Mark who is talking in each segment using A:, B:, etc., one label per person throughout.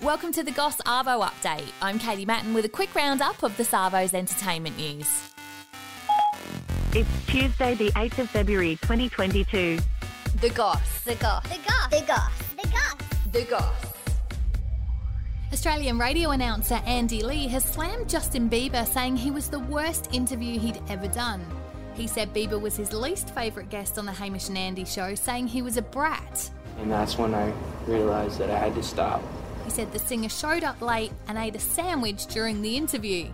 A: Welcome to the Goss Arvo Update. I'm Katie Matten with a quick roundup of the Savo's entertainment news.
B: It's Tuesday, the 8th of February, 2022.
A: The Goss.
C: The goth. The goth. The goth. The goth.
A: The Goss. Australian radio announcer Andy Lee has slammed Justin Bieber, saying he was the worst interview he'd ever done. He said Bieber was his least favourite guest on the Hamish and Andy show, saying he was a brat.
D: And that's when I realized that I had to stop.
A: He said the singer showed up late and ate a sandwich during the interview.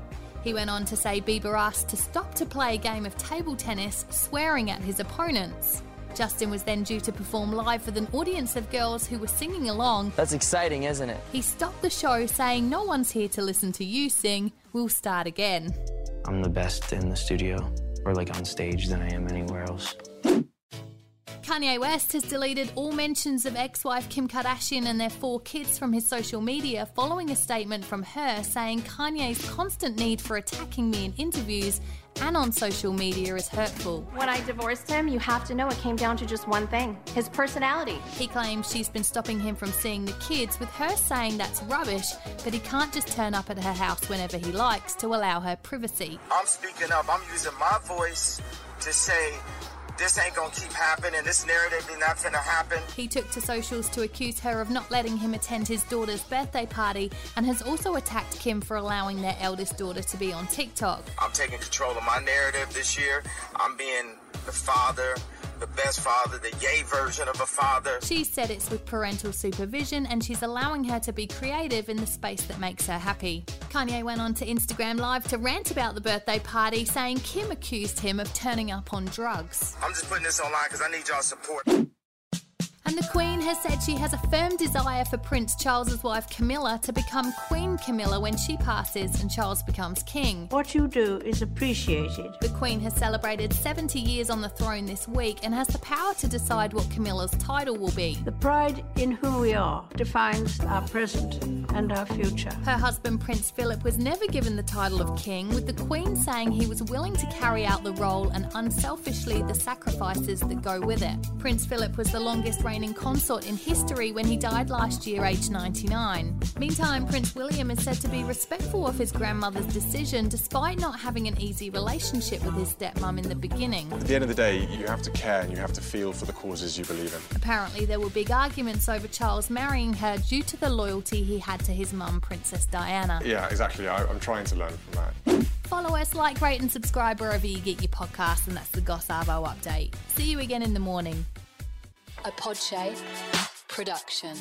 A: He went on to say Bieber asked to stop to play a game of table tennis, swearing at his opponents. Justin was then due to perform live with an audience of girls who were singing along.
E: That's exciting, isn't it?
A: He stopped the show saying, No one's here to listen to you sing, we'll start again.
E: I'm the best in the studio or like on stage than I am anywhere else.
A: Kanye West has deleted all mentions of ex wife Kim Kardashian and their four kids from his social media following a statement from her saying Kanye's constant need for attacking me in interviews and on social media is hurtful.
F: When I divorced him, you have to know it came down to just one thing his personality.
A: He claims she's been stopping him from seeing the kids, with her saying that's rubbish, but he can't just turn up at her house whenever he likes to allow her privacy.
G: I'm speaking up. I'm using my voice to say this ain't gonna keep happening. This narrative is not gonna happen.
A: He took to socials to accuse her of not letting him attend his daughter's birthday party and has also attacked Kim for allowing their eldest daughter to be on TikTok.
G: I'm taking control of my narrative this year. I'm being the father, the best father, the yay version of a father.
A: She said it's with parental supervision and she's allowing her to be creative in the space that makes her happy. Kanye went on to Instagram Live to rant about the birthday party, saying Kim accused him of turning up on drugs.
G: I'm just putting this online because I need y'all support.
A: And the Queen has said she has a firm desire for Prince Charles's wife Camilla to become Queen Camilla when she passes and Charles becomes king.
H: What you do is appreciated.
A: The Queen has celebrated 70 years on the throne this week and has the power to decide what Camilla's title will be.
H: The pride in who we are defines our present and our future.
A: Her husband, Prince Philip, was never given the title of king, with the Queen saying he was willing to carry out the role and unselfishly the sacrifices that go with it. Prince Philip was the longest reigning consort in history when he died last year, aged 99. Meantime, Prince William is said to be respectful of his grandmother's decision despite not having an easy relationship with his stepmom in the beginning.
I: At the end of the day, you have to care and you have to feel for the causes you believe in.
A: Apparently, there were big arguments over Charles marrying her due to the loyalty he had to his mum, Princess Diana.
I: Yeah, exactly. I, I'm trying to learn from that.
A: Follow us, like, rate, and subscribe wherever you get your podcast, and that's the Gossavo update. See you again in the morning.
J: a Podshape production.